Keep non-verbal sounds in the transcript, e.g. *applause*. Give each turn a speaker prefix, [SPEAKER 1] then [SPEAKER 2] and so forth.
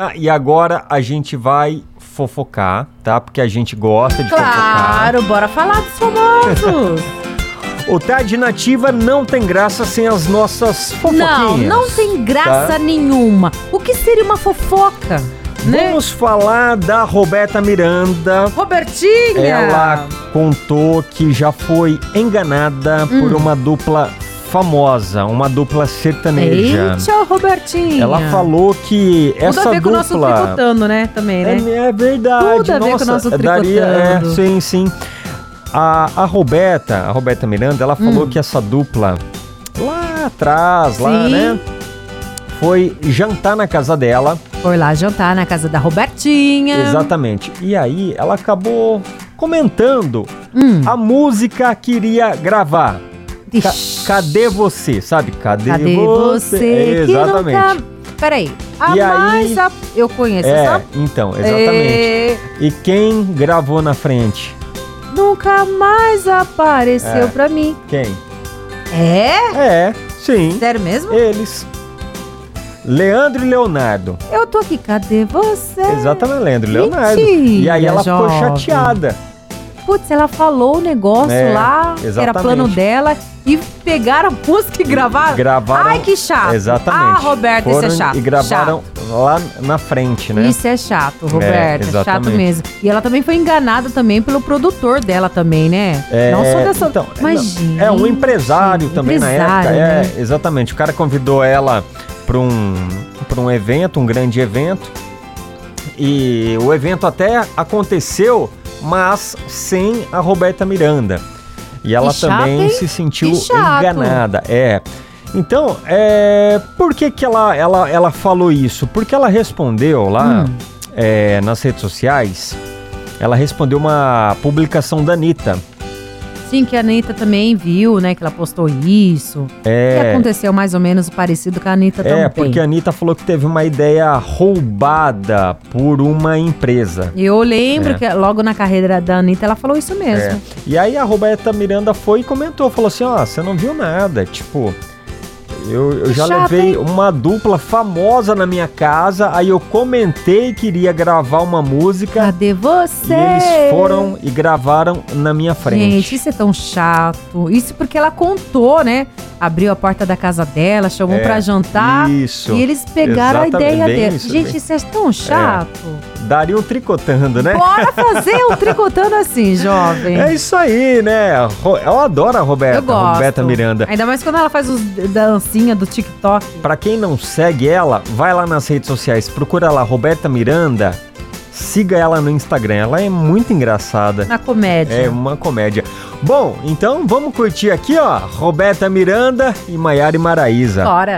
[SPEAKER 1] Ah, e agora a gente vai fofocar, tá? Porque a gente gosta de fofocar.
[SPEAKER 2] *laughs* Claro, bora falar dos
[SPEAKER 1] *laughs*
[SPEAKER 2] famosos.
[SPEAKER 1] O Tarde Nativa não tem graça sem as nossas
[SPEAKER 2] não,
[SPEAKER 1] fofoquinhas.
[SPEAKER 2] não tem graça
[SPEAKER 1] Um tá?
[SPEAKER 2] nenhuma. O que seria uma fofoca, né?
[SPEAKER 1] Vamos falar da Roberta Miranda.
[SPEAKER 2] Robertinha!
[SPEAKER 1] Ela contou que já foi enganada por
[SPEAKER 2] Hum.
[SPEAKER 1] uma dupla famosa, uma dupla sertaneja.
[SPEAKER 2] Eita, Robertinha!
[SPEAKER 1] Ela falou que
[SPEAKER 2] Tudo
[SPEAKER 1] essa
[SPEAKER 2] a ver com o nosso
[SPEAKER 1] dupla
[SPEAKER 2] tricotando, né? Também, né?
[SPEAKER 1] É, é verdade.
[SPEAKER 2] Tudo a ver com o
[SPEAKER 1] Nossa,
[SPEAKER 2] nosso
[SPEAKER 1] daria, é,
[SPEAKER 2] tricotando.
[SPEAKER 1] Sim, sim. A, a Roberta, a Roberta Miranda, ela falou
[SPEAKER 2] Hum.
[SPEAKER 1] que essa dupla lá atrás, lá,
[SPEAKER 2] Sim.
[SPEAKER 1] né? Foi jantar na casa dela.
[SPEAKER 2] Foi lá jantar na casa da Robertinha.
[SPEAKER 1] Exatamente. E aí ela acabou comentando
[SPEAKER 2] Hum.
[SPEAKER 1] a música que iria gravar. Ca-
[SPEAKER 2] Ixi,
[SPEAKER 1] cadê você? Sabe? Cadê,
[SPEAKER 2] cadê você?
[SPEAKER 1] É,
[SPEAKER 2] que
[SPEAKER 1] exatamente.
[SPEAKER 2] nunca- Peraí. A
[SPEAKER 1] E aí-
[SPEAKER 2] mais a- Eu conheço
[SPEAKER 1] É,
[SPEAKER 2] essa.
[SPEAKER 1] então, exatamente.
[SPEAKER 2] É,
[SPEAKER 1] E quem gravou na frente?
[SPEAKER 2] nunca mais apareceu
[SPEAKER 1] É.
[SPEAKER 2] pra mim.
[SPEAKER 1] Quem?
[SPEAKER 2] É?
[SPEAKER 1] É, sim.
[SPEAKER 2] Sério mesmo?
[SPEAKER 1] Eles. Leandro e Leonardo.
[SPEAKER 2] Eu tô aqui, cadê você?
[SPEAKER 1] Exatamente, Leandro e Leonardo.
[SPEAKER 2] É. Mentira,
[SPEAKER 1] E aí ela ficou
[SPEAKER 2] jovem.
[SPEAKER 1] chateada.
[SPEAKER 2] Putz, ela falou o negócio
[SPEAKER 1] É,
[SPEAKER 2] lá, que era
[SPEAKER 1] exatamente.
[SPEAKER 2] plano dela, e pegaram a música e gravaram.
[SPEAKER 1] Gravaram.
[SPEAKER 2] Ai, que chato.
[SPEAKER 1] Exatamente.
[SPEAKER 2] Ah, Roberta,
[SPEAKER 1] Foram
[SPEAKER 2] isso é chato.
[SPEAKER 1] E gravaram lá na frente,
[SPEAKER 2] Chato.
[SPEAKER 1] né?
[SPEAKER 2] Isso é chato, Roberta. é chato
[SPEAKER 1] exatamente.
[SPEAKER 2] mesmo. E ela também foi enganada também pelo produtor dela também, né? não só dessa...
[SPEAKER 1] então,
[SPEAKER 2] Mas,
[SPEAKER 1] não, é um
[SPEAKER 2] gente,
[SPEAKER 1] empresário também na época.
[SPEAKER 2] empresário,
[SPEAKER 1] é,
[SPEAKER 2] né?
[SPEAKER 1] exatamente. O cara convidou ela para um, pra um evento, um grande evento. E o evento até aconteceu, mas sem a Roberta Miranda. E ela
[SPEAKER 2] Que chato,
[SPEAKER 1] também
[SPEAKER 2] hein?
[SPEAKER 1] se sentiu
[SPEAKER 2] Que chato.
[SPEAKER 1] enganada. É. Então, é, por que, que ela, ela, ela falou isso? Porque ela respondeu lá
[SPEAKER 2] Hum.
[SPEAKER 1] é, nas redes sociais. Ela respondeu uma publicação da Anitta.
[SPEAKER 2] Sim, que a Anitta também viu, né? Que ela postou isso. É. E aconteceu mais ou menos o parecido com a Anitta também.
[SPEAKER 1] É, porque a Anitta falou que teve uma ideia roubada por uma empresa.
[SPEAKER 2] E eu lembro
[SPEAKER 1] É.
[SPEAKER 2] que logo na carreira da Anitta ela falou isso mesmo.
[SPEAKER 1] É. E aí a Roberta Miranda foi e comentou, falou assim, ó, você não viu nada, tipo... Eu, eu
[SPEAKER 2] Que
[SPEAKER 1] já
[SPEAKER 2] chato,
[SPEAKER 1] levei
[SPEAKER 2] hein?
[SPEAKER 1] uma dupla famosa na minha casa, aí eu comentei que iria gravar uma música
[SPEAKER 2] Cadê você?
[SPEAKER 1] e eles foram e gravaram na minha frente.
[SPEAKER 2] Gente, isso é tão chato. Isso porque ela contou, né? Abriu a porta da casa dela, chamou
[SPEAKER 1] É,
[SPEAKER 2] pra jantar.
[SPEAKER 1] Isso.
[SPEAKER 2] E eles pegaram a
[SPEAKER 1] Exatamente,
[SPEAKER 2] ideia
[SPEAKER 1] bem
[SPEAKER 2] dela.
[SPEAKER 1] isso,
[SPEAKER 2] Gente,
[SPEAKER 1] bem.
[SPEAKER 2] isso é tão chato.
[SPEAKER 1] Daria um tricotando, né?
[SPEAKER 2] Bora fazer um
[SPEAKER 1] *laughs*
[SPEAKER 2] tricotando assim, jovem.
[SPEAKER 1] É isso É, aí, né? Ro- Eu adoro a Roberta,
[SPEAKER 2] Eu gosto.
[SPEAKER 1] Roberta Miranda.
[SPEAKER 2] Ainda mais quando ela faz os dancinha do TikTok.
[SPEAKER 1] Pra quem não segue ela, vai lá nas redes sociais, procura lá Roberta Miranda, siga ela no Instagram. Ela é muito engraçada.
[SPEAKER 2] Na comédia.
[SPEAKER 1] É uma comédia. Bom, então vamos curtir aqui, ó, Roberta Miranda e Maiara e Maraísa.
[SPEAKER 2] Bora.